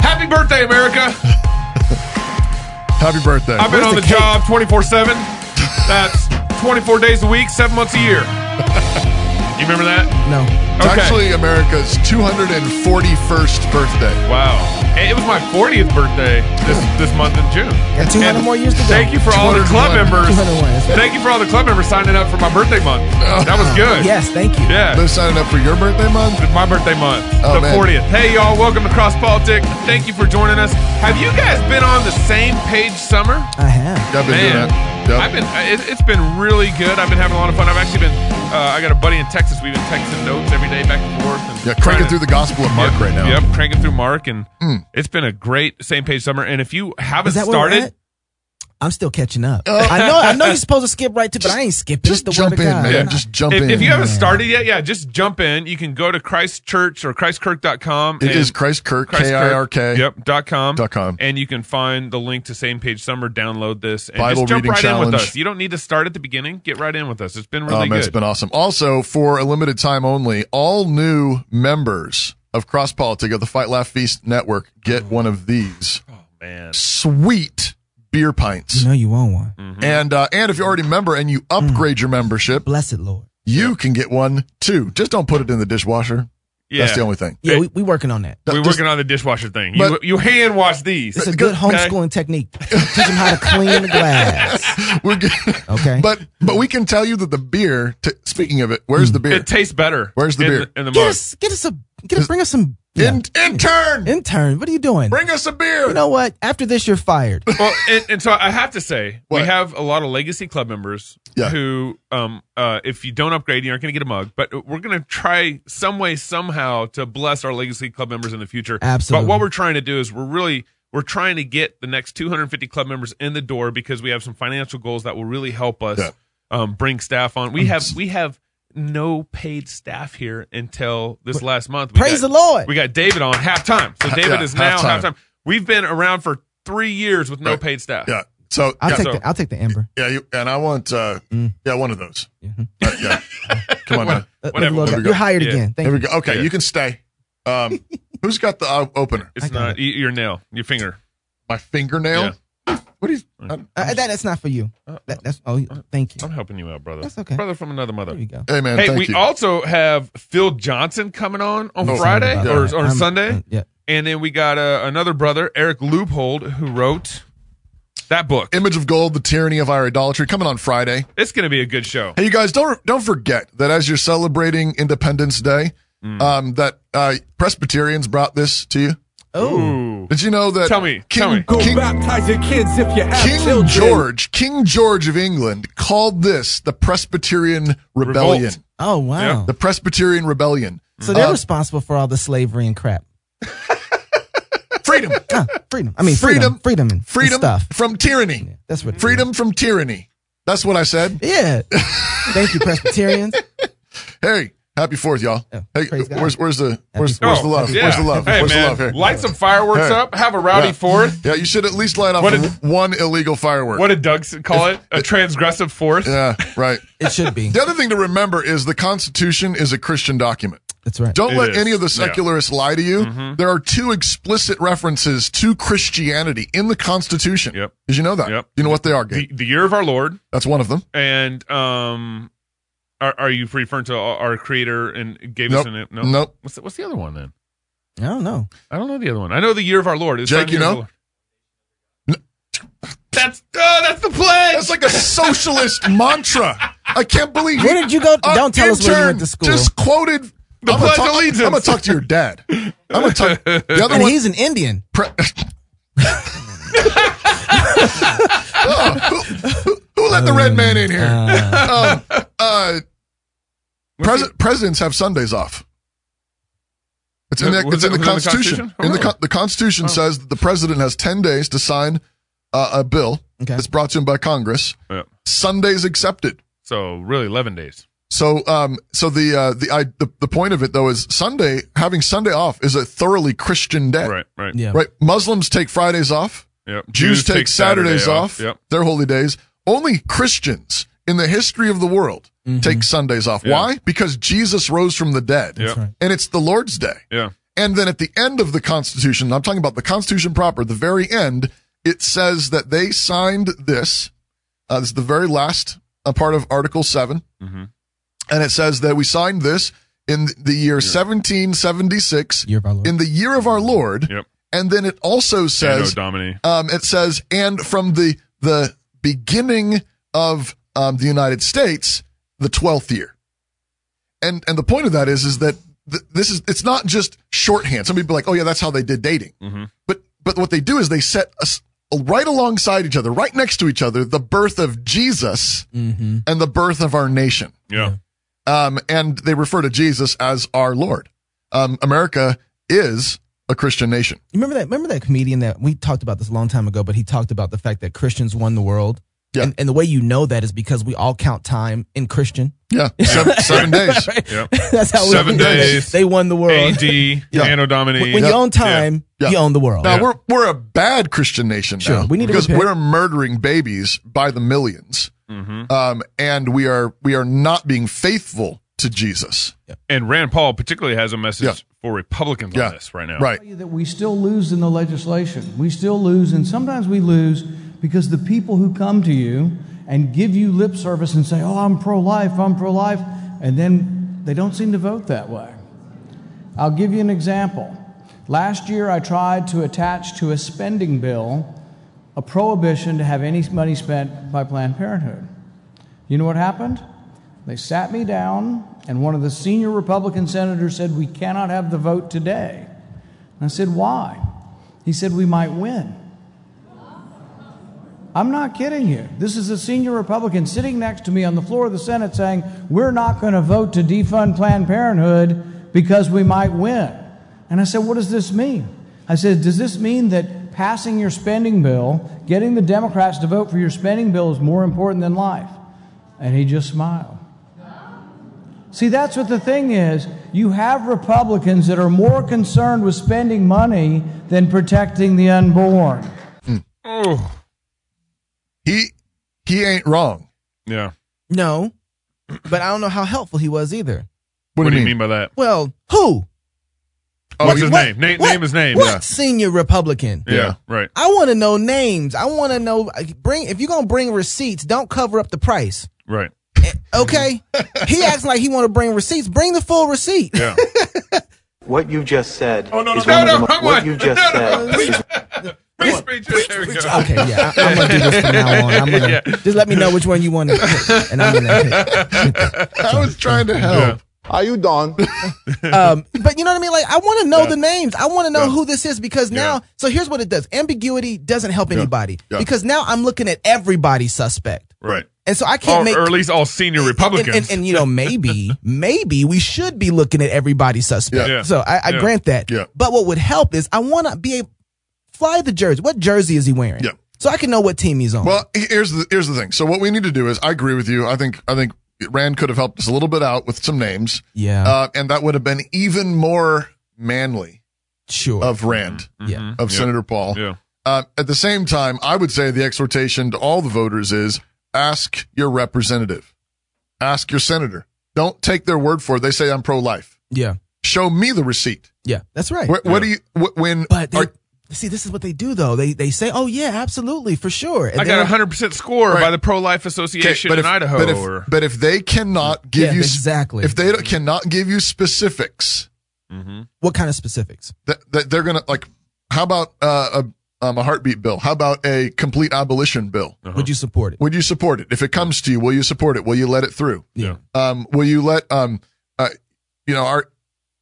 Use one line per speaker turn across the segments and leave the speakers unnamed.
Happy birthday, America.
Happy birthday.
I've been
Where's
on
the
the,
cake?
job 24 7. That's 24 days a week, seven months a year. You remember that?
No.
It's
Okay.
actually America's 241st birthday.
Wow. Hey, It was my 40th birthday this, this month in June.
Got 200
And
more years to go.
Thank you for all the club
201.
members.
201, that's right.
Thank you for all the club members signing up for my birthday month.
Oh.
That was good.
Yes, thank you.
Yeah.
They're signing up for your birthday month?
my birthday month,
Oh,
the
man.
40th. Hey, y'all, welcome to Cross Politic. Thank you for joining us. Have you guys been on the same page summer?
I have.
Yeah, I've been doing
Man,
that. Yep.
I've been. I- It, it's been really good. I've been having a lot of fun. I've actually been. Uh, I got a buddy in Texas. We've been texting notes every day back and forth. And
yeah,
trying
cranking
to-
through the gospel of Mark
Yep,
right now. Hmm.
Yep, cranking through Mark, and it's been a great same page summer. And if you haven't
Is that where we're
started,
at? I'm still catching up. I know. I know you're supposed to skip right to, but I ain't skipping.
Oh. Just
it's the word
jump
of
in,
God.
man.
Yeah.
Just jump
if,
in.
if you haven't
Yeah.
started yet, yeah, just jump in. You can go to Christchurch or ChristKirk.com.
it
and-
is Christ Kirk,
Christ
K I R K.
Kirk, Yep. Dot com.
Dot com.
And you can find the link to same page summer. Download this and
Bible
just jump
reading
right in with
challenge.
us. You don't need to start at the beginning. Get right in with us. It's been
Oh,
really
man,
good.
It's been awesome. Also, for a limited time only, all new members of Cross Politic of the Fight Laugh Feast Network get one of these
oh man.
sweet beer pints.
You know you want one.
Mm. Mm-hmm.
And uh, and if you're already a member and you upgrade your membership,
Blessed Lord.
you can get one too. Just don't put it in the dishwasher.
Yeah.
That's the only thing.
Yeah,
Hey.
we, we working on that.
We're
Just-
working on the dishwasher thing.
But-
you you hand wash these.
It's a good homeschooling technique. Teach them how to clean the glass.
We're good.
Okay.
But but we can tell you that the beer. T- speaking of it, where's the beer?
Mm. It tastes better.
Where's the
in
beer?
in the
Get
mug.
us, get us a, get us, bring us some.
In-
yeah.
intern,
Intern, what are you doing?
bring us a beer.
you know what? After this, you're fired.
well, and, and so I have to say, we
What?
have a lot of legacy club members
Yeah.
who, um, uh, if you don't upgrade, you aren't going to get a mug. But we're going to try some way, somehow, to bless our legacy club members in the future.
Absolutely.
But what we're trying to do is we're really we're trying to get the next 250 club members in the door because we have some financial goals that will really help us
Yeah.
um, bring staff on. We have we have no paid staff here until this last month. We
Praise
got-
the Lord.
We got David on halftime, so David
yeah,
is now
halftime.
halftime. We've been around for three years with no
Right.
paid staff.
yeah. So
I'll
yeah,
take Mm.
so-
the, I'll take the Amber.
yeah, you, and I want uh, yeah one of those.
Mhm.
Uh, yeah. Come on. now.
Let- let
Whatever.
me Uh, look
There
up.
we go.
You're hired
Yeah.
again. Thank
Here we
you.
go. Okay,
Yeah.
you can stay. Um, who's got the uh, opener?
It's
I got
not y your nail, your finger.
My fingernail. What is?
Uh, that, that's not for you. That, that's oh, thank you.
I'm helping you out, brother.
That's okay.
Brother from another
There
mother.
you go.
hey man,
Hey,
thank
we
you.
also have Phil Johnson coming on on
Oh,
Friday
sorry
or,
about
or
I'm-
Sunday,
uh, yeah.
and then we got uh, another brother, Eric Loopold, who wrote that book.
Image of gold: the tyranny of our idolatry coming on Friday.
It's going to be a good show.
Hey, you guys, don't don't forget that as you're celebrating Independence Day,
Mm.
um, that uh, Presbyterians brought this to you.
Oh,
Ooh,
Did you know that?
Tell me,
King,
tell me.
Go
King,
baptize your kids if you have
King
children.
George, King George of England, called this the Presbyterian Rebellion.
Revolt.
oh wow.
The Presbyterian Rebellion.
So they're
Uh,
responsible for all the slavery and crap.
freedom,
Huh, freedom. I mean, freedom,
Freedom.
freedom, and
freedom
and stuff.
from tyranny,
That's what
freedom from tyranny. That's what I said.
Yeah. Thank you, Presbyterians.
Hey, happy Fourth, y'all.
Oh,
Hey,
praise God.
where's where's the where's,
Happy
where's
Fourth.
the love?
Oh, yeah.
Where's the love?
Hey,
where's
man,
the love? Here.
light some fireworks
Hey.
up. Have a rowdy
Yeah.
fourth.
Yeah, you should at least light off
What did-
one illegal firework.
What did Doug call it? A transgressive fourth.
yeah, right.
It should be.
The other thing to remember is the Constitution is a Christian document.
That's right.
Don't
It
let
is,
any of the
yeah. Mm-hmm.
secularists lie to you. There are two explicit references to Christianity in the Constitution.
Yep.
Did you know that?
Yep.
You know what they are, Gabe?
The, the year of our Lord,
That's one of them.
and um, are, are you referring to our our Creator and gave us
Nope.
a name? No.
Nope.
What's the, what's the other one then?
I don't know.
I don't know the other one. I know the year of our Lord. It's
Jake,
not the
you
year of
know?
the Lord. That's oh, that's the pledge.
That's like a socialist mantra. I can't believe
Where did you go?
Our
Don't tell us where you went
intern
to school.
Just quoted
The
gonna
Pledge
talk-
of Allegiance.
I'm gonna talk to your dad. I'm gonna talk. The other
and
one.
he's an Indian.
Pre- Oh, who, who- who let the red man in here? um, uh, pres- presidents have Sundays off. It's in the,
Was
it's in
it-
the
was it in the
Constitution.
Constitution? Oh,
In the,
really?
con- the Constitution says that the president has ten days to sign uh, a bill
Okay.
that's brought to him by Congress.
Yeah.
Sundays accepted.
So really, eleven days.
So, um, so the uh, the I the, the point of it though is Sunday having Sunday off is a thoroughly Christian day.
Right, right.
Yeah.
Right. Muslims take Fridays off.
Yep.
Jews, take, Saturdays
Saturday
off.
Yep.
Their holy days. Only Christians in the history of the world take Sundays off.
Yeah.
Why? Because Jesus rose from the dead.
That's
right.
And it's the Lord's day.
Yeah.
And then at the end of the Constitution, I'm talking about the Constitution proper, the very end, it says that they signed this. Uh, this is the very last uh, part of Article 7.
Mhm.
And it says that we signed this in the year 1776,
Year of our Lord.
in the year of our Lord.
Yep.
And then it also
Anno
says
Domini.
um, it says, and from the the beginning of um, the United States, the twelfth year. And and the point of that is is that th- this is it's not just shorthand. Some people are like, oh yeah, that's how they did dating. But but what they do is they set us uh, right alongside each other, right next to each other, the birth of Jesus
Mm-hmm.
and the birth of our nation
Yeah.
um, and they refer to Jesus as our Lord. Um, America is a Christian nation.
You remember that? Remember that comedian that we talked about this a long time ago, but he talked about the fact that Christians won the world.
Yeah.
And, and the way you know that is because we all count time in Christian.
Yeah, seven, seven days.
Yep.
That's how
Seven
we,
days.
They won the
Uh,
world.
AD, Anno Domini.
When you own
Yeah.
time,
Yeah.
you own the world.
Now we're we're a bad Christian nation
Sure,
now
we need to
because
repent.
we're murdering babies by the 1000000s
Mm-hmm.
um, and we are we are not being faithful to Jesus.
And Rand Paul particularly has a message
Yeah.
for Republicans
Yeah.
on this right now.
Right.
tell you that we still lose in the legislation. We still lose, and sometimes we lose because the people who come to you and give you lip service and say, Oh, I'm pro life, I'm pro life, and then they don't seem to vote that way. I'll give you an example. Last year, I tried to attach to a spending bill a prohibition to have any money spent by Planned Parenthood. You know what happened? They sat me down, and one of the senior Republican senators said, We cannot have the vote today. And I said, Why? He said, We might win. I'm not kidding you. This is a senior Republican sitting next to me on the floor of the Senate saying, We're not going to vote to defund Planned Parenthood because we might win. And I said, What does this mean? I said, Does this mean that passing your spending bill, getting the Democrats to vote for your spending bill is more important than life? And he just smiled. See, that's what the thing is. You have Republicans that are more concerned with spending money than protecting the unborn.
Oh.
He he ain't wrong.
Yeah.
no, but I don't know how helpful he was either.
What, do you mean? by that?
Well, who?
What's
Oh, he-
his
What-
name? Name,
what-
name his name.
What senior Republican?
Yeah.
Yeah.
Right.
I want to know names. I want to know. Bring if you're gonna bring receipts, don't cover up the price.
Right.
Okay, he acts like he want to bring receipts. Bring the full receipt.
Yeah.
What you just said
Oh, no,
is
no,
one
no,
of the
wrong
mo- what
one.
you just
No, no.
said is
Free speech. There we go.
Okay, yeah, I, am gonna do this from now on. I'm gonna just let me know which one you want to pick, and I'm gonna pick.
I was trying to help.
Are you done?
Um, but you know what I mean? Like, I want to know the names. I want to know who this is because now.
Yeah.
So here's what it does: ambiguity doesn't help anybody
Yeah.
because now I'm looking at everybody suspect,
Right.
and so I
Or,
can't make
or at least all senior Republicans.
And, and, and, you know, maybe, maybe we should be looking at everybody suspect.
Yeah. Yeah.
So I, I
Yeah.
grant that.
Yeah.
But what would help is I want to be able fly the jersey. What jersey is he wearing?
Yeah.
So I can know what team he's on.
Well, he- here's the here's the thing. So what we need to do is, I agree with you. I think I think Rand could have helped us a little bit out with some names.
yeah,
uh, and that would have been even more manly
sure.
of Rand,
yeah.
of Senator Paul.
Mm-hmm. yeah.
Uh, at the same time, I would say the exhortation to all the voters is ask your representative, ask your senator. Don't take their word for it. They say I'm pro-life.
Yeah.
Show me the receipt.
Yeah. That's right.
What, what do you wh- when?
but they,
are-
see, this is what they do though. They they say, "Oh yeah, absolutely, for sure." And
I
then-
got a 100% score by the Pro Life
okay,
Association
but
in
if,
Idaho.
but if,
or,
but if they cannot give
Yeah,
you s-
exactly.
if they don't- cannot give you specifics,
what kind of specifics?
that, that they're gonna like. How about uh, a um, a heartbeat bill? How about a complete abolition bill?
Would you support it?
Would you support it? If it comes to you, will you support it? Will you let it through?
Yeah.
Um, will you let um, uh, you know, our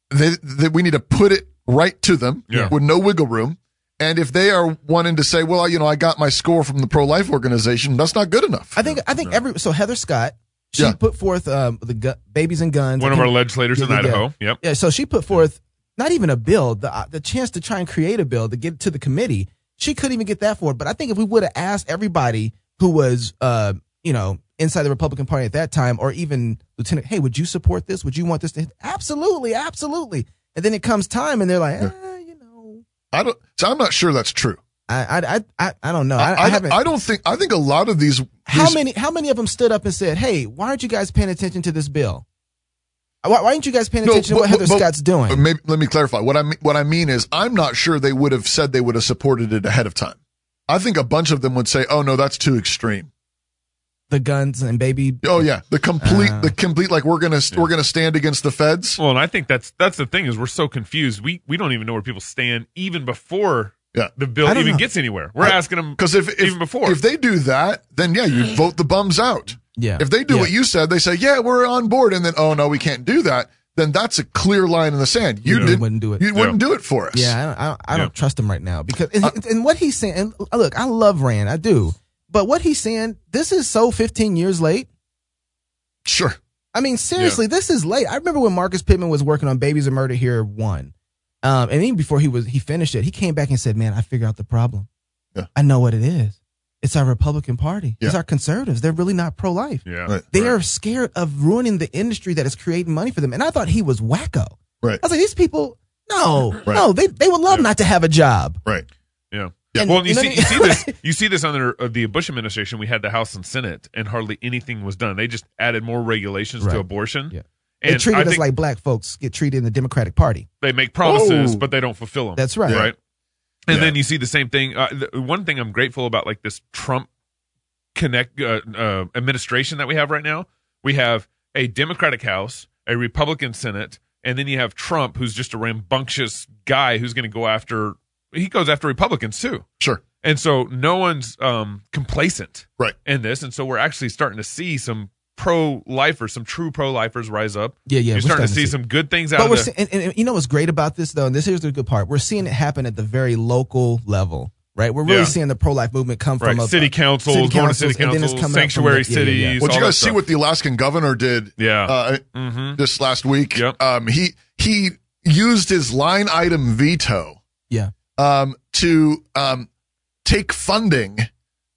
they, they, we need to put it right to them
Yeah.
with no wiggle room. And if they are wanting to say, well, you know, I got my score from the pro life organization, that's not good enough.
I think I think every so Heather Scott she
Yeah.
put forth um, the gu- babies and guns.
one of our legislators
Yeah,
in
yeah.
Idaho. Yep.
Yeah, so she put forth not even a bill, the uh, the chance to try and create a bill to get to the committee. She couldn't even get that forward. But I think if we would have asked everybody who was, uh, you know, inside the Republican Party at that time, or even Lieutenant, hey, would you support this? Would you want this to? Absolutely, absolutely. And then it comes time, and they're like, eh, you know,
I don't, so I'm not sure that's true.
I I I, I, I don't know. I, I,
I,
haven't.
I don't think, I think a lot of these,
how
these-
many how many of them stood up and said, hey, why aren't you guys paying attention to this bill? Why, why aren't you guys paying attention to what Heather Scott's doing?
but um, Maybe, let me clarify. What I mean, what I mean is, I'm not sure they would have said they would have supported it ahead of time. I think a bunch of them would say, "Oh no, that's too extreme."
the guns and baby.
Oh yeah, the complete, the complete, like we're gonna we're gonna stand against the feds.
Well, and I think that's that's the thing is we're so confused. We we don't even know where people stand even before
Yeah.
the bill
I don't
even
know.
gets anywhere. We're asking them
Because if, if
even before
if they do that, then yeah, you vote the bums out.
Yeah.
If they do
Yeah.
what you said, they say, "Yeah, we're on board," and then, "Oh no, we can't do that." Then that's a clear line in the sand. You
Yeah.
didn't,
Wouldn't do it.
You Uh, wouldn't do it for us.
Yeah, I don't, I don't, I don't
Yeah.
trust him right now because and, and what he's saying. And look, I love Rand, I do, but what he's saying, this is so 15 years late.
sure.
I mean, seriously, this is late. I remember when Marcus Pittman was working on Babies of Murder Here one, um, and even before he was he finished it, he came back and said, "Man, I figured out the problem.
Yeah.
I know what it is. It's our Republican Party. It's
Yeah.
our conservatives. They're really not pro life.
yeah.
Right.
They are scared of ruining the industry that is creating money for them." And I thought he was wacko.
Right.
I was like, these people, no,
Right.
no, they they would love not to have a job.
Right.
Yeah.
Yeah. And-
well, and you,
you know
see,
what
you
I
see
mean?
this, you see this under uh, the Bush administration. We had the House and Senate, and hardly anything was done. They just added more regulations
Right.
to abortion.
Yeah.
And
they treated
I
us
think
like black folks get treated in the Democratic Party.
they make promises,
Oh.
but they don't fulfill them.
That's right.
Right. And
Yeah.
then you see the same thing. Uh, the, one thing I'm grateful about, like this Trump connect uh, uh, administration that we have right now, we have a Democratic House, a Republican Senate, and then you have Trump, who's just a rambunctious guy who's going to go after. He goes after Republicans too.
Sure.
And so no one's um, complacent
Right.
in this. And so we're actually starting to see some pro lifers, some true pro lifers rise up.
Yeah, yeah,
You're
we're
starting to
starting to
see,
see.
some good things out
But
of
we're
the-
see- and, and, and you know what's great about this though, and this here's the good part: we're seeing it happen at the very local level, right? We're really
Yeah.
seeing the pro life movement come
Right,
from a-
city
a-
councils, going to city
and then
councils,
it's coming up from
sanctuary
the- yeah, yeah, yeah.
cities.
Well, did
all
you
that
guys see
stuff.
what the Alaskan governor did?
Yeah.
Uh,
Mm-hmm.
Mhm.
this last week.
Yep.
Um, he he used his line item veto
Yeah,
um, to um, take funding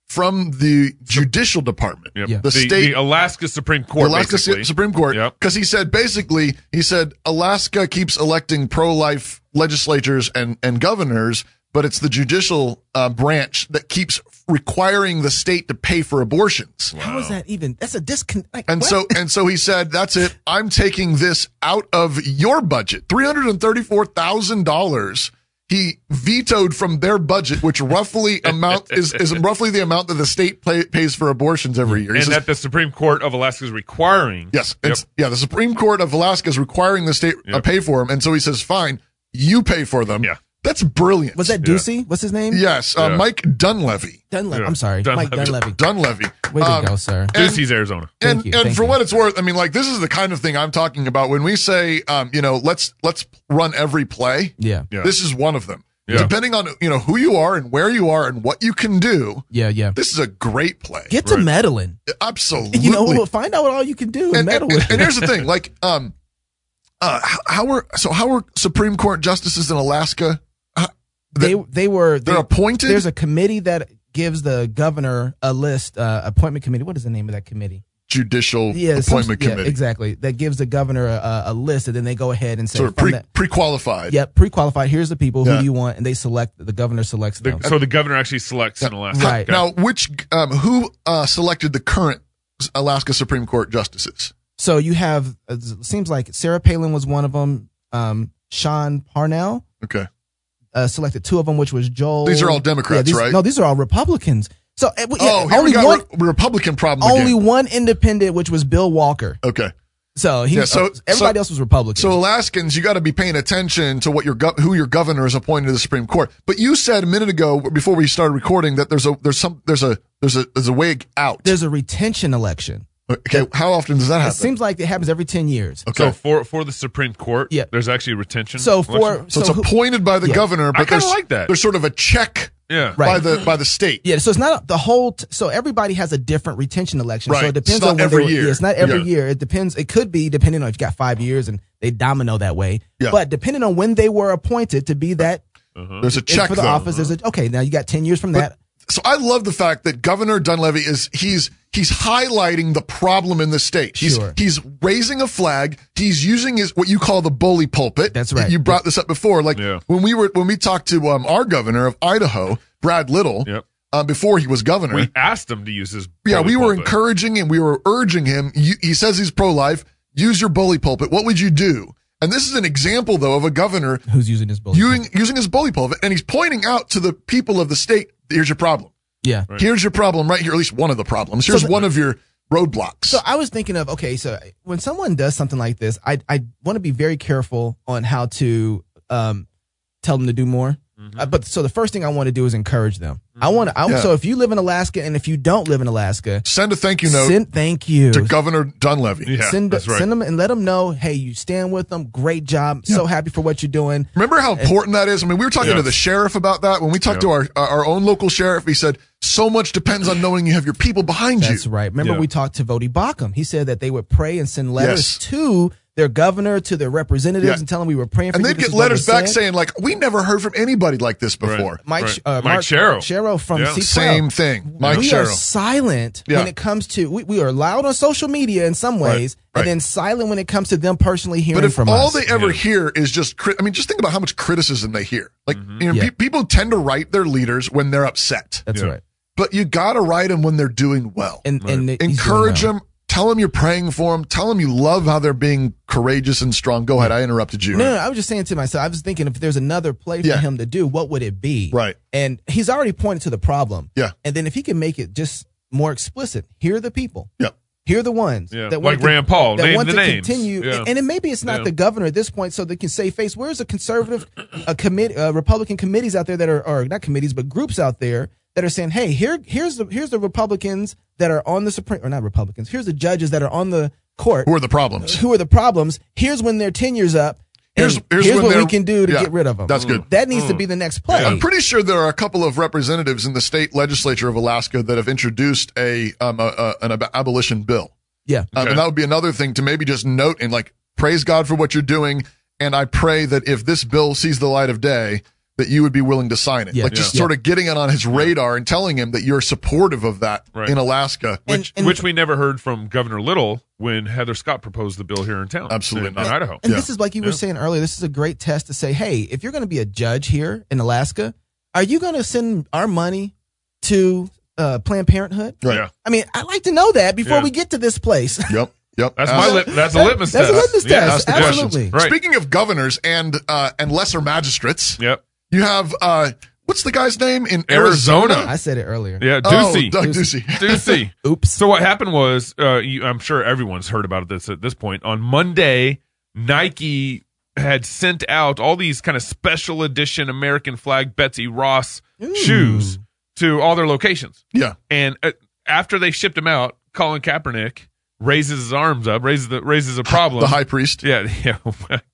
from the judicial department,
Yep.
Yeah.
The state-
Alaska Supreme
the
Court,
Alaska Su-
basically.
Supreme Court,
Yep.
because he said basically he said Alaska keeps electing pro life legislatures and and governors, but it's the judicial uh, branch that keeps requiring the state to pay for abortions.
how
Oh.
is that even? That's a disconnect. Like,
And
what?
so and so he said, "That's it. I'm taking this out of your budget. Three hundred and thirty-four thousand dollars." He vetoed from their budget, which roughly amount is, is roughly the amount that the state pay, pays for abortions every year. He
and
says,
that the Supreme Court of Alaska is requiring.
yes, it's, yeah. The Supreme Court of Alaska is requiring the state uh,
Yep.
pay for them, and so he says, "Fine, you pay for them."
Yeah.
that's brilliant.
was that Ducey? What's his name?
yes, uh,
Yeah.
Mike Dunleavy.
Dunleavy.
Yeah.
I'm sorry, Mike
Dunleavy.
Dunleavy.
Dunleavy.
Way to
Um,
go, sir.
and-
Ducey's Arizona.
and
Thank you,
and
thank
for
you.
what it's worth, I mean, like this is the kind of thing I'm talking about when we say, um, you know, let's let's run every play.
Yeah,
Yeah.
This is one of them.
Yeah.
Depending on you know who you are and where you are and what you can do,
yeah, yeah.
this is a great play.
Get to
Right.
meddling.
Absolutely.
You know, we'll find out what all you can do and,
and,
meddle
and-
with.
and here's the thing, like, um, uh, h- how are so how are Supreme Court justices in Alaska? Uh,
they
they,
they were they,
they're appointed.
There's a committee that gives the governor a list, uh, appointment committee. What is the name of that committee?
judicial
some-
appointment
yeah,
committee,
exactly. That gives the governor a, a list, and then they go ahead and say,
sort of
from
pre
that-
pre qualified.
"Yep, pre-qualified. Here's the people. Who
Yeah.
do you want?" And they select. The governor selects
The-
them.
so the governor actually selects in Alaska.
Right.
Okay.
Now, which um, who uh, selected the current Alaska Supreme Court justices?
so you have. It seems like Sarah Palin was one of them. Um, Sean Parnell
Okay,
uh, selected two of them, which was Joel.
These are all Democrats,
Yeah, these-
right?
No, these are all Republicans. So uh, well, yeah,
oh, here
only
we got
one,
re- Republican problems
only
again.
one independent, which was Bill Walker.
Okay,
So he,
Yeah, so-
uh, everybody
so-
else was Republican.
so Alaskans, you got to be paying attention to what your gov who your governor is appointed to the Supreme Court. But you said a minute ago, before we started recording, that there's a there's some there's a there's a there's a way out.
there's a retention election.
okay, how often does that happen?
It seems like it happens every ten years.
okay,
So for for the Supreme Court,
Yeah.
there's actually a retention.
So for
election.
so,
so,
it's
who-
appointed by the
yeah.
governor, but
kinda
there's
like that.
there's sort of a check
yeah,
Right.
by the by the state.
yeah, so it's not a, the whole. T- so everybody has a different retention election.
Right.
So it depends
It's not
on when
every
they were-
year.
yeah, it's not every
Yeah.
year. It depends. It could be depending on if you got five years and they domino that way.
Yeah.
But depending on when they were appointed to be that
There's a check
for the
though.
office, there's a okay. Now you got ten years from that.
so I love the fact that Governor Dunleavy is he's he's highlighting the problem in the state. He's
Sure.
he's raising a flag. He's using his what you call the bully pulpit.
That's right.
You brought this up before, like
Yeah.
when we were when we talked to um, our governor of Idaho, Brad Little,
Yep.
uh, before he was governor.
we asked him to use his.
yeah, we were
encouraged.
encouraging him. We were urging him. You, he says he's pro life. use your bully pulpit, what would you do? And this is an example, though, of a governor
Who's using his bullet?
using, using his bully pulpit, and he's pointing out to the people of the state, here's your problem.
yeah.
Here's your problem right here, at least one of the problems. Here's one of your roadblocks.
So I was thinking of okay, so when someone does something like this, I I want to be very careful on how to um tell them to do more. Uh, but so the first thing I want to do is encourage them. I want to. I,
Yeah.
So if you live in Alaska and if you don't live in Alaska,
Send a thank you note
send thank you.
to Governor Dunleavy.
Yeah,
send
that's right.
send them and let them know, hey, you stand with them. Great job. So happy for what you're doing.
Remember how important that is? I mean, we were talking
Yeah.
to the sheriff about that. When we talked
Yeah.
to our our own local sheriff, he said, so much depends on knowing you have your people behind
That's
you.
right. Remember
Yeah.
we talked to Vodi Bakum. He said that they would pray and send letters
Yes.
to their governor, to their representatives,
Yeah.
and tell them we were praying for
And
you.
they'd
This
get
is what
letters
was
back
said.
saying, like, we never heard from anybody like this before.
Mike,
Right.
uh,
Mike
Mark
Sherrill.
from
Yeah.
C12.
Same thing. Mike
we are
Sherrill.
silent
Yeah.
when it comes to we, we are loud on social media in some ways,
Right.
and then silent when it comes to them personally hearing
But if
from
all
us.
they ever hear is just, cri- I mean, just think about how much criticism they hear. Like, you know,
Yeah.
pe- people tend to write their leaders when they're upset,
That's
Mm-hmm. Yeah.
right.
but you got to write them when they're doing well.
And and he's doing
Encourage
well.
them. Tell them you're praying for them. Tell them you love how they're being courageous and strong. Go ahead. I interrupted you.
No, no, I was just saying to myself, I was thinking if there's another play for
Yeah.
him to do, what would it be?
Right.
And he's already pointed to the problem.
Yeah.
And then if he can make it just more explicit, hear the people.
Yeah.
Hear the ones
Yeah,
that
like
want to-
Rand Paul,
that
name
want
the
to
names.
continue,
Yeah.
and, and then maybe it's not
Yeah.
the governor at this point, so they can save face. Where's the conservative, a commit, uh, Republican committees out there that are, or not committees, but groups out there that are saying, hey, here, here's the here's the Republicans that are on the Supreme, or not Republicans, here's the judges that are on the court
Who are the problems?
who are the problems. Here's when their tenure's up. and
Here's- here's when
what
they're-
we can do to
yeah,
get rid of them.
that's good.
That needs to be the next play.
I'm pretty sure there are a couple of representatives in the state legislature of Alaska that have introduced a, um, a, a an ab- abolition bill,
yeah.
um,
Okay.
and that would be another thing to maybe just note and like praise God for what you're doing, and I pray that if this bill sees the light of day, that you would be willing to sign it.
Yeah.
Like just
Yeah.
sort of getting it on his radar and telling him that you're supportive of that
Right.
in Alaska.
which,
and-
which we never heard from Governor Little when Heather Scott proposed the bill here in town,
Absolutely
in,
not.
in Idaho.
And
Yeah.
this is like you were saying earlier, this is a great test to say, hey, if you're going to be a judge here in Alaska, are you going to send our money to uh, Planned Parenthood?
Right.
Yeah.
I mean, I'd like to know that before
Yeah.
we get to this place.
Yep. Yep. Uh,
That's
Ask-
my lip. That's a litmus
That's a
test.
litmus
Yeah,
test.
ask the questions.
Absolutely.
Right.
Speaking of governors and uh, and lesser magistrates,
Yep.
you have uh, what's the guy's name in
Arizona.
Arizona?
I said it earlier.
Yeah.
Oh,
Ducey.
Doug Ducey.
Ducey.
Oops.
So what happened was, uh, you, I'm sure everyone's heard about this at this point. On Monday, Nike had sent out all these kind of special edition American flag Betsy Ross shoes to all their locations.
Yeah.
And uh, after they shipped them out, Colin Kaepernick raises his arms up, raises the raises a problem.
The high priest.
yeah, yeah.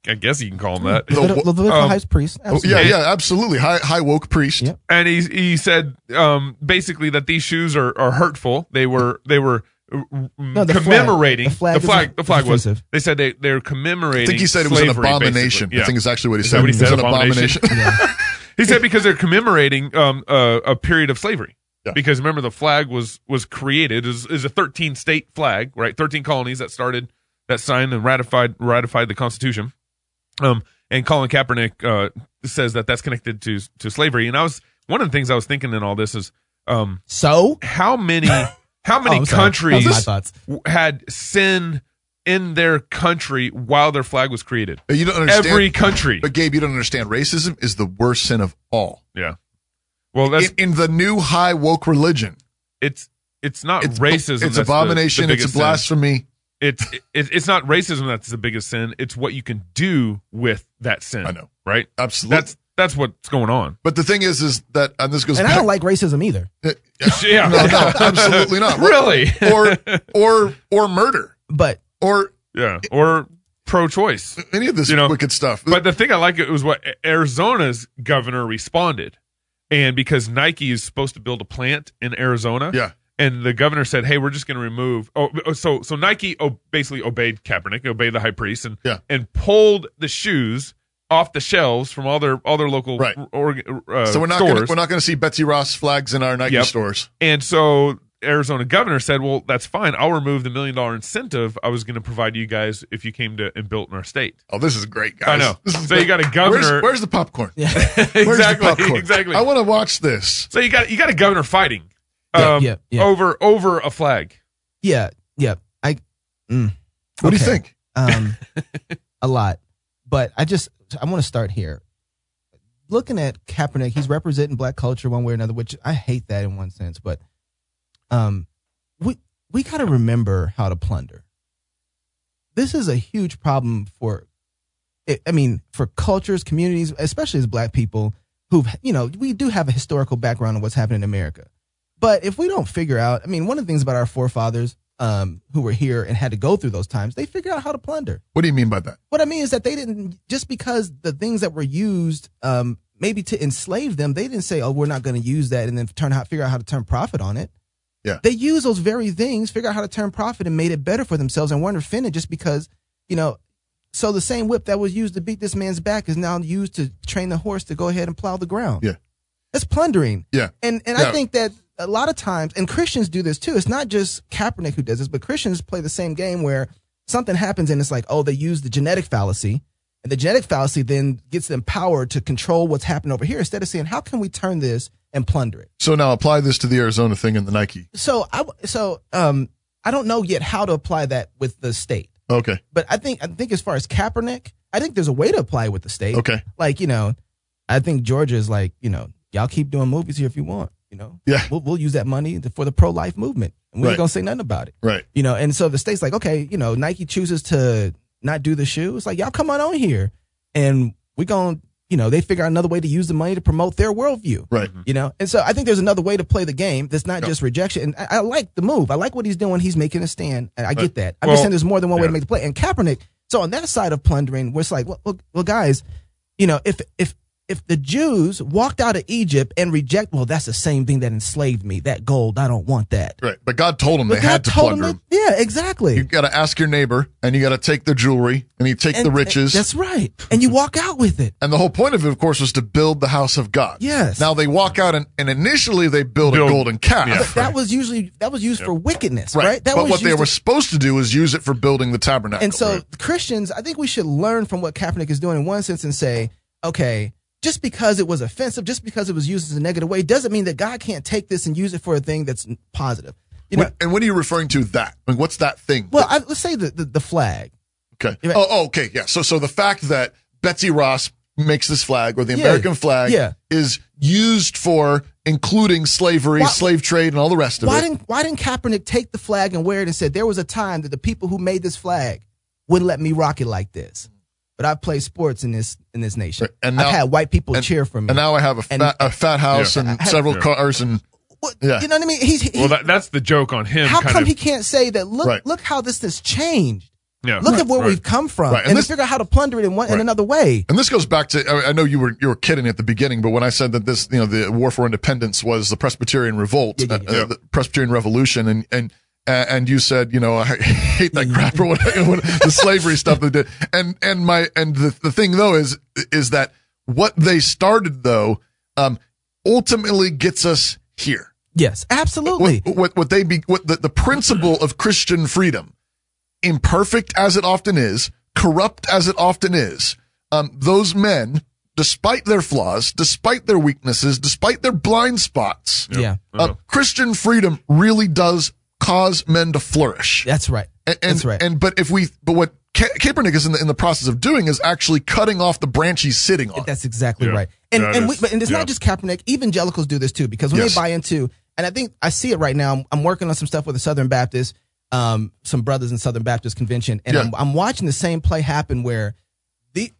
I guess you can call him that.
The-
Little, little
um,
high priest.
oh, Yeah,
Absolutely.
yeah, absolutely. High, high woke priest.
Yep.
and he he said um, basically that these shoes are, are hurtful. They were they were uh,
the flag.
commemorating
The flag
the
is
flag,
a-
the flag
is
was.
offensive.
They said they they're commemorating.
I think he said it was an abomination. I think is actually what he
Is that
said.
what he
It
said?
was an
Abomination? he said because they're commemorating um, a, a period of slavery.
Yeah.
Because remember the flag was was created is is a 13 state flag, right? 13 colonies that started that signed and ratified ratified the Constitution. Um, and Colin Kaepernick uh, says that that's connected to to slavery. And I was one of the things I was thinking in all this is um,
So,
how many how many
Oh, I'm sorry.
countries
That was my thoughts.
w- had sin in their country while their flag was created?
You don't understand.
Every country.
but Gabe, you don't understand. Racism is the worst sin of all.
Yeah. Well, that's
In, in the new high woke religion,
it's it's not
it's
Uh, racism.
It's
that's the-
abomination.
the
it's
biggest
a
sin.
blasphemy.
It's it, it's not racism that's the biggest sin. It's what you can do with that sin.
I know.
right?
Absolutely.
That's that's what's going on.
but the thing is, is that and this goes. uh,
and I don't like racism either.
like.
Yeah,
No, no, absolutely not.
really?
or or or murder
But
or
yeah, or pro-choice.
any of this
You know,
wicked stuff.
But the thing I like it was what Arizona's governor responded, and because Nike is supposed to build a plant in Arizona,
yeah.
and the governor said, "Hey, we're just going to remove." Oh, oh, so so Nike o- basically obeyed Kaepernick, obeyed the high priest, and
Yeah.
and pulled the shoes off the shelves from all their all their local
Right.
org- uh,
So we're not gonna,
stores.
we're not going to see Betsy Ross flags in our Nike
Yep.
stores.
and so Arizona governor said, "Well, that's fine. I'll remove the million dollar incentive I was going to provide you guys if you came to and built in our state."
Oh, this is great, guys.
I know.
This is
So you got a governor-
Where's, where's the popcorn? Where's the
exactly,
popcorn?
exactly.
I want to watch this.
so you got you got a governor fighting um,
yeah, yeah.
over over a flag.
yeah, yeah. I,
What do
Okay.
you think?
um, a lot. But I just I want to start here. Looking at Kaepernick, he's representing black culture one way or another, which I hate that in one sense. But um, we we got to remember how to plunder. This is a huge problem for, I- I mean, for cultures, communities, especially as black people who've you know we do have a historical background on what's happening in America. But if we don't figure out, I mean, one of the things about our forefathers um, who were here and had to go through those times, they figured out how to plunder.
What do you mean by that?
What I mean is that they didn't just because the things that were used um, maybe to enslave them, they didn't say, "Oh, we're not going to use that," and then turn out figure out how to turn profit on it.
Yeah.
they used those very things, figure out how to turn profit, and made it better for themselves, and weren't offended just because you know. So the same whip that was used to beat this man's back is now used to train the horse to go ahead and plow the ground.
Yeah.
that's plundering.
Yeah.
And and
Yeah.
I think that a lot of times, and Christians do this too. It's not just Kaepernick who does this, but Christians play the same game where something happens and it's like, oh, they use the genetic fallacy, and the genetic fallacy then gets them power to control what's happened over here instead of saying, how can we turn this and plunder it?
So now apply this to the Arizona thing and the Nike.
So I so um I don't know yet how to apply that with the state,
Okay.
but I think I think as far as Kaepernick, I think there's a way to apply it with the state.
Okay.
like you know, I think Georgia is like you know, y'all keep doing movies here if you want. You know,
Yeah.
we'll, we'll use that money to- for the pro life movement, and we
Right.
ain't gonna say nothing about it.
Right.
You know, and so the state's like, okay, you know, Nike chooses to not do the shoe. It's like y'all come on on here, and we gonna, you know, they figure out another way to use the money to promote their worldview.
Right.
You know, and so I think there's another way to play the game that's not
Yeah.
just rejection. And I, I like the move. I like what he's doing. He's making a stand. and I
Right.
get that. I'm
Well,
just saying there's more than one way
yeah.
to make the play. And Kaepernick. So on that side of plundering, where it's like, well, well, well, guys, you know, if if if the Jews walked out of Egypt and reject, well, that's the same thing that enslaved me. That gold, I don't want that.
Right. But God told them
But
they
God
had to
told
plunder
them
them.
that- Yeah, exactly.
You got to ask your neighbor and you got to take their jewelry and you take
And-
the riches.
That's right. And you walk out with it.
And the whole point of it, of course, was to build the house of God.
Yes.
Now they walk out and, and initially they build,
Build-
a golden calf.
yeah.
But that was usually that was used for wickedness, right? That
but
was
what they
used
were
to-
supposed to do was use it for building the tabernacle.
And so
Right.
Christians, I think we should learn from what Kaepernick is doing in one sense and say, okay, just because it was offensive, just because it was used in a negative way, doesn't mean that God can't take this and use it for a thing that's positive. You know,
What- and what are you referring to that? I mean, what's that thing?
well, I, let's say the, the the flag.
okay.
Yeah.
Oh, oh, okay. Yeah. So, so the fact that Betsy Ross makes this flag or the
Yeah.
American flag
Yeah.
is used for including slavery,
Why-
slave trade, and all the rest of
Why
it.
didn't Why didn't Kaepernick take the flag and wear it and said there was a time that the people who made this flag wouldn't let me rock it like this? But I play sports in this in this nation.
Right, and now-
I've had white people
and-
cheer for me.
And now I have a
And-
fat, a fat house
Yeah.
and several cars and
What-
yeah.
You know what I mean? He's, he,
Well, that, that's the joke on him.
how
kind
come
of,
he can't say that? Look,
Right.
look how this has changed.
Yeah.
Look at where
Right.
we've come from,
Right, and
and, to
this-
figure out how to plunder it in one
Right.
in another way.
And this goes back to I I know you were you were kidding at the beginning, but when I said that this you know the war for independence was the Presbyterian revolt,
Yeah, yeah,
uh, uh, the Presbyterian revolution, and and uh, and you said you know I hate that crap or whatever what- the slavery stuff they did, and and my and the the thing though is is that what they started though um ultimately gets us here.
Yes, absolutely.
What what, what they be what the, the principle of Christian freedom imperfect as it often is, corrupt as it often is, um, those men, despite their flaws, despite their weaknesses, despite their blind spots,
Yeah,
uh, Christian freedom really does cause men to flourish.
that's right.
eh,
And, and,
that's right.
And but if we, but what Ka- Kaepernick is in the in the process of doing is actually cutting off the branch he's sitting on.
That's exactly
Yeah.
right. And
That
and, we,
is-
but- and it's
yeah.
not just Kaepernick. Evangelicals do this too because when
Yes.
they buy into, and I think I see it right now. I'm, I'm working on some stuff with the Southern Baptist, um, some brothers in Southern Baptist convention, and
Yeah.
I'm, I'm watching the same play happen where the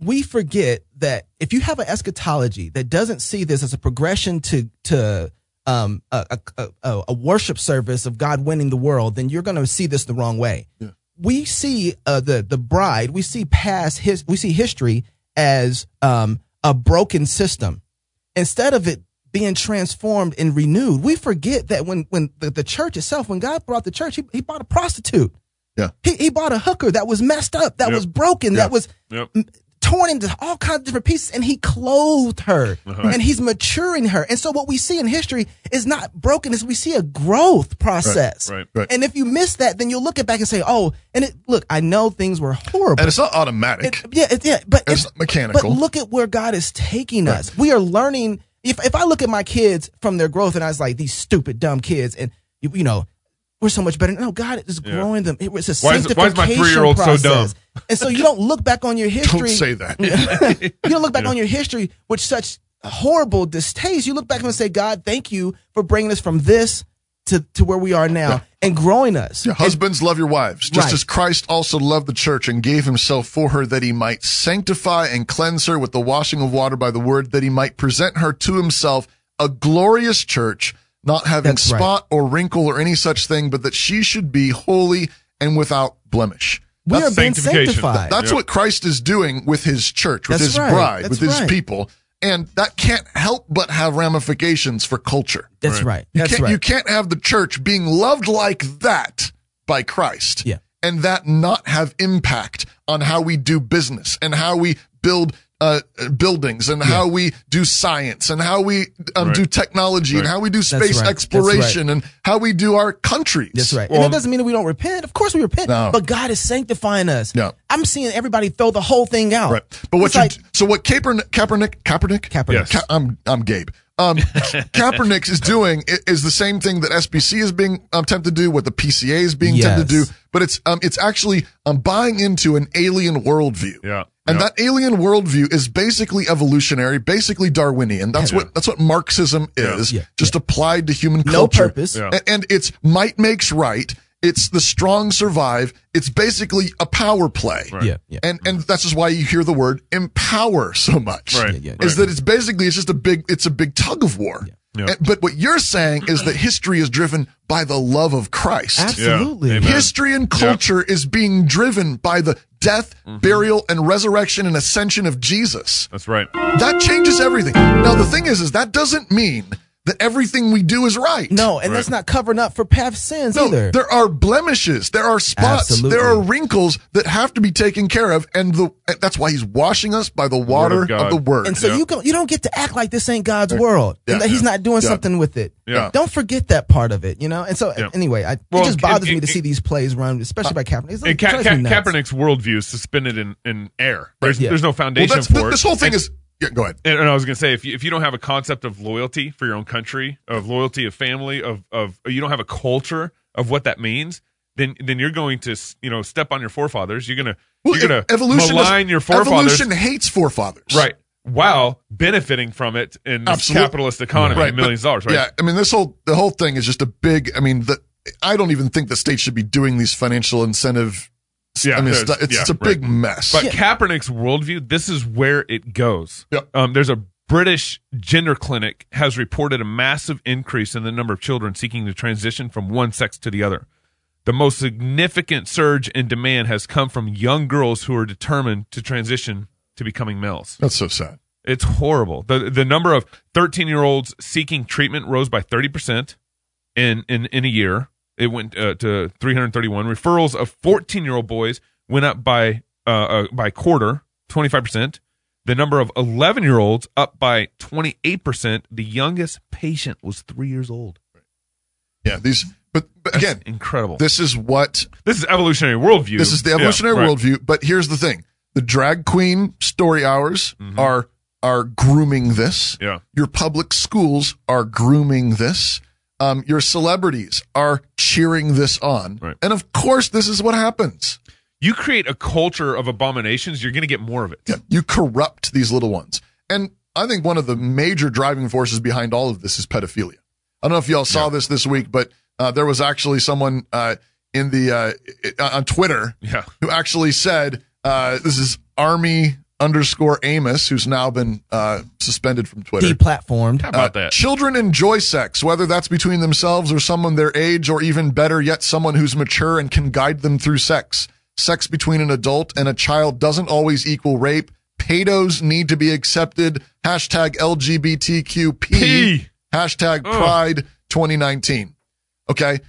we forget that if you have an eschatology that doesn't see this as a progression to to um, a, a, a, a worship service of God winning the world, then you're going to see this the wrong way. We see uh, the the bride, we see past his, we see history as um, a broken system instead of it being transformed and renewed. We forget that when when the, the church itself, when God brought the church, he, he bought a prostitute.
Yeah.
He, he bought a hooker that was messed up, that
Yep.
was broken,
Yeah.
that was
Yep.
m- torn into all kinds of different pieces and he clothed her
Uh-huh.
and he's maturing her and so what we see in history is not brokenness we see a growth process
right,
right.
and if you miss that then you'll look at back and say oh and it, look i know things were horrible
and it's not automatic.
it- yeah, it, yeah, but
It's not mechanical.
But look at where God is taking us. We are learning. If if I look at my kids from their growth, and I was like these stupid, dumb kids, and you, you know, we're so much better. No, God is
Yeah.
growing them. It, it's a
Why is-
sanctification
why is my three-year-old so
process.
dumb?
And so you don't look back on your history.
Don't say that.
you don't look back
Yeah.
on your history with such horrible distaste. You look back and say, God, thank you for bringing us from this to, to where we are now and growing us.
Yeah, husbands, love your wives, just
Right.
as Christ also loved the church and gave himself for her that he might sanctify and cleanse her with the washing of water by the word, that he might present her to himself a glorious church, not having
That's right.
spot or wrinkle or any such thing, but that she should be holy and without blemish.
we are
That's
being
sanctification.
sanctified.
That's what Christ is doing with his church, with
That's
his
right.
bride, with
That's
his
right.
people. And that can't help but have ramifications for culture.
That's right.
You
That's
can't,
right.
You can't have the church being loved like that by Christ
Yeah.
and that not have impact on how we do business and how we build uh, uh, buildings and how we do science and how we um,
Right.
do technology and
Right.
how we do
right.
space
That's
exploration and how we do our countries.
That's right.
Well,
and that doesn't mean that we don't repent. Of course we repent.
No.
But God is sanctifying us.
Yeah.
I'm seeing everybody throw the whole thing out.
Right. But what
It's
you
like-
so what Kaepernick Kaepernick Kaepernick
Kaepernick.
Yes.
Ka- I'm I'm Gabe. Um, Kaepernick is doing i- is the same thing that SBC is being um, tempted to do, what the PCA is being tempted to
Yes.
do, but it's um it's actually um buying into an alien worldview.
Yeah.
And
Yeah.
that alien worldview is basically evolutionary, basically Darwinian. That's what that's what Marxism is,
Yeah.
just applied to human
No
culture.
purpose.
Yeah.
A- And, it's might makes right. It's the strong survive. It's basically a power play.
Yeah. Yeah.
And and that's just why you hear the word empower so much.
Right,
yeah,
Is that it's basically it's just a big it's a big tug of war.
Yeah.
And- but what you're saying is that history is driven by the love of Christ.
Absolutely.
Yeah. Amen.
History and culture is being driven by the death, burial, and resurrection and ascension of Jesus.
That's right.
That changes everything. Now the thing is, is that doesn't mean that everything we do is right.
No, and that's not covering up for past sins
No,
either.
there are blemishes, there are spots,
Absolutely.
there are wrinkles that have to be taken care of, and the and that's why he's washing us by the water
of God.
of the word.
And so
Yeah.
you go, you don't get to act like this ain't God's world
Yeah.
and that He's not doing
Yeah.
something with it.
Yeah.
Don't forget that part of it, you know. And so
Yeah.
anyway, I,
Well,
it just
and-
bothers me
and-
to see these plays run, especially by Kaepernick. It's-
And
it
Ka-
drives
Ka-
me nuts.
Kaepernick's worldview is suspended in, in air. There's,
Yeah.
there's no
well,
foundation
that's,
for
th-
it.
this whole thing
And-
is. Yeah, go ahead.
And, and I was going to say, if you, if you don't have a concept of loyalty for your own country, of loyalty of family, of of you don't have a culture of what that means, then then you're going to s- you know step on your forefathers. You're gonna
Well,
you're gonna
e- evolution does-
malign your forefathers,
Evolution hates forefathers.
right? While benefiting from it in this
Absolute-
capitalist economy,
Right, but-
millions of dollars, right?
Yeah, I mean this whole the whole thing is just a big. I mean, the, I don't even think the state should be doing these financial incentive.
Yeah,
I mean, it's,
there's-
it's,
yeah,
it's a
right.
big mess.
But Kaepernick's worldview, this is where it goes.
Yep.
Um, there's a British gender clinic has reported a massive increase in the number of children seeking to transition from one sex to the other. The most significant surge in demand has come from young girls who are determined to transition to becoming males.
that's so sad.
It's horrible. The the number of 13 year olds seeking treatment rose by 30% in, in, in a year. It went uh, to 331. Referrals of 14 year old boys went up by uh, uh, by quarter, 25%. The number of 11 year olds up by 28%. The youngest patient was three years old.
Yeah, these. But, but
That's
again,
incredible. This,
this is what
is evolutionary worldview.
This is the
Yeah,
evolutionary
right.
worldview. But here's the thing: the drag queen story hours are are grooming this.
Mm-hmm. Yeah.
Your public schools are grooming this. Um, your celebrities are cheering this on.
Right.
And of course, this is what happens.
You create a culture of abominations, you're going to get more of it.
Yeah, you corrupt these little ones. And I think one of the major driving forces behind all of this is pedophilia. I don't know if y'all saw this this week, but uh, there was actually someone uh, in the uh, i- i- on Twitter
Yeah.
who actually said, uh, "This is Army underscore Amos, who's now been uh, suspended from Twitter."
deplatformed.
How about
Uh,
that?
Children enjoy sex, whether that's between themselves or someone their age, or even better yet, someone who's mature and can guide them through sex. Sex between an adult and a child doesn't always equal rape. Pedos need to be accepted. Hashtag LGBTQP.
P.
Hashtag Pride 2019. Okay.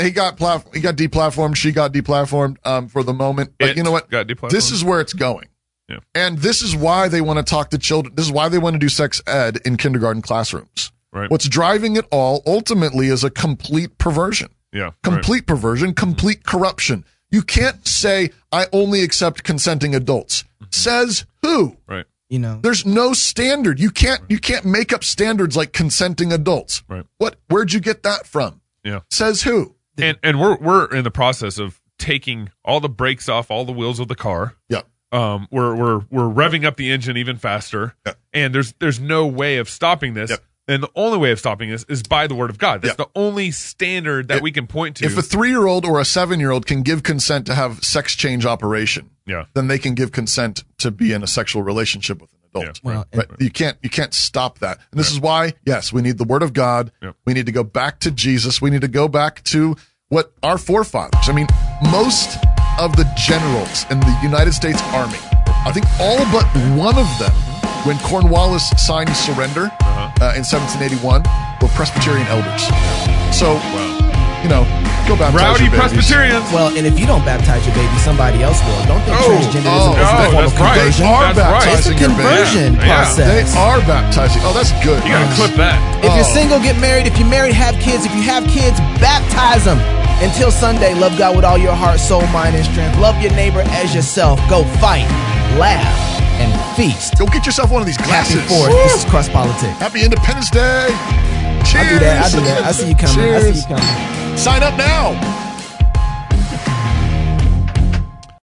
He got plat- he got deplatformed. She got deplatformed um, for the moment. But
It
you know what?
got deplatformed.
This is where it's going.
Yeah.
And this is why they want to talk to children. This is why they want to do sex ed in kindergarten classrooms.
Right.
What's driving it all ultimately is a complete perversion.
Yeah, right. Mm-hmm.
Complete perversion, complete corruption. You can't say, I only accept consenting adults.
Mm-hmm.
Says who?
Right.
You know,
There's no standard. You can't you can't make up standards like consenting adults.
Right.
What where'd you get that from?
Yeah.
Says who?
and and we're we're in the process of taking all the brakes off all the wheels of the car.
Yeah.
Um, we're we're we're revving up the engine even faster,
Yeah.
and there's there's no way of stopping this.
Yep.
And the only way of stopping this is by the word of God. That's
Yeah.
the only standard that
If-
we can point to.
If a three year old or a seven year old can give consent to have sex change operation,
yeah,
then they can give consent to be in a sexual relationship with an adult.
Yeah,
Well,
Right. You can't you can't stop that. And this is why, yes, we need the word of God.
Yep.
We need to go back to Jesus. We need to go back to what our forefathers. I mean, most of the generals in the United States Army, I think all but one of them, when Cornwallis signed surrender
Uh-huh.
uh, in 1781, were Presbyterian elders. So, you know, go back.
rowdy Presbyterians.
Well, and if you don't baptize your baby, somebody else will. Don't think
Oh,
transgenderism
oh,
is a
oh,
that's
form of
right.
conversion.
They are
That's right.
It's
baptizing
a
your baby.
conversion
Yeah, yeah.
They
process.
are baptizing. Oh, that's good.
you gotta
Nice.
clip that.
If you're
Oh.
single, get married. If you're married, have kids. If you have kids, baptize them. Until Sunday, love God with all your heart, soul, mind, and strength. Love your neighbor as yourself. Go fight, laugh, and feast.
Go get yourself one of these
Happy
glasses.
Fourth. This is cross politics.
Happy Independence Day. Cheers.
I do that. I do that. I see you coming. I see
Cheers.
you coming.
Sign up now.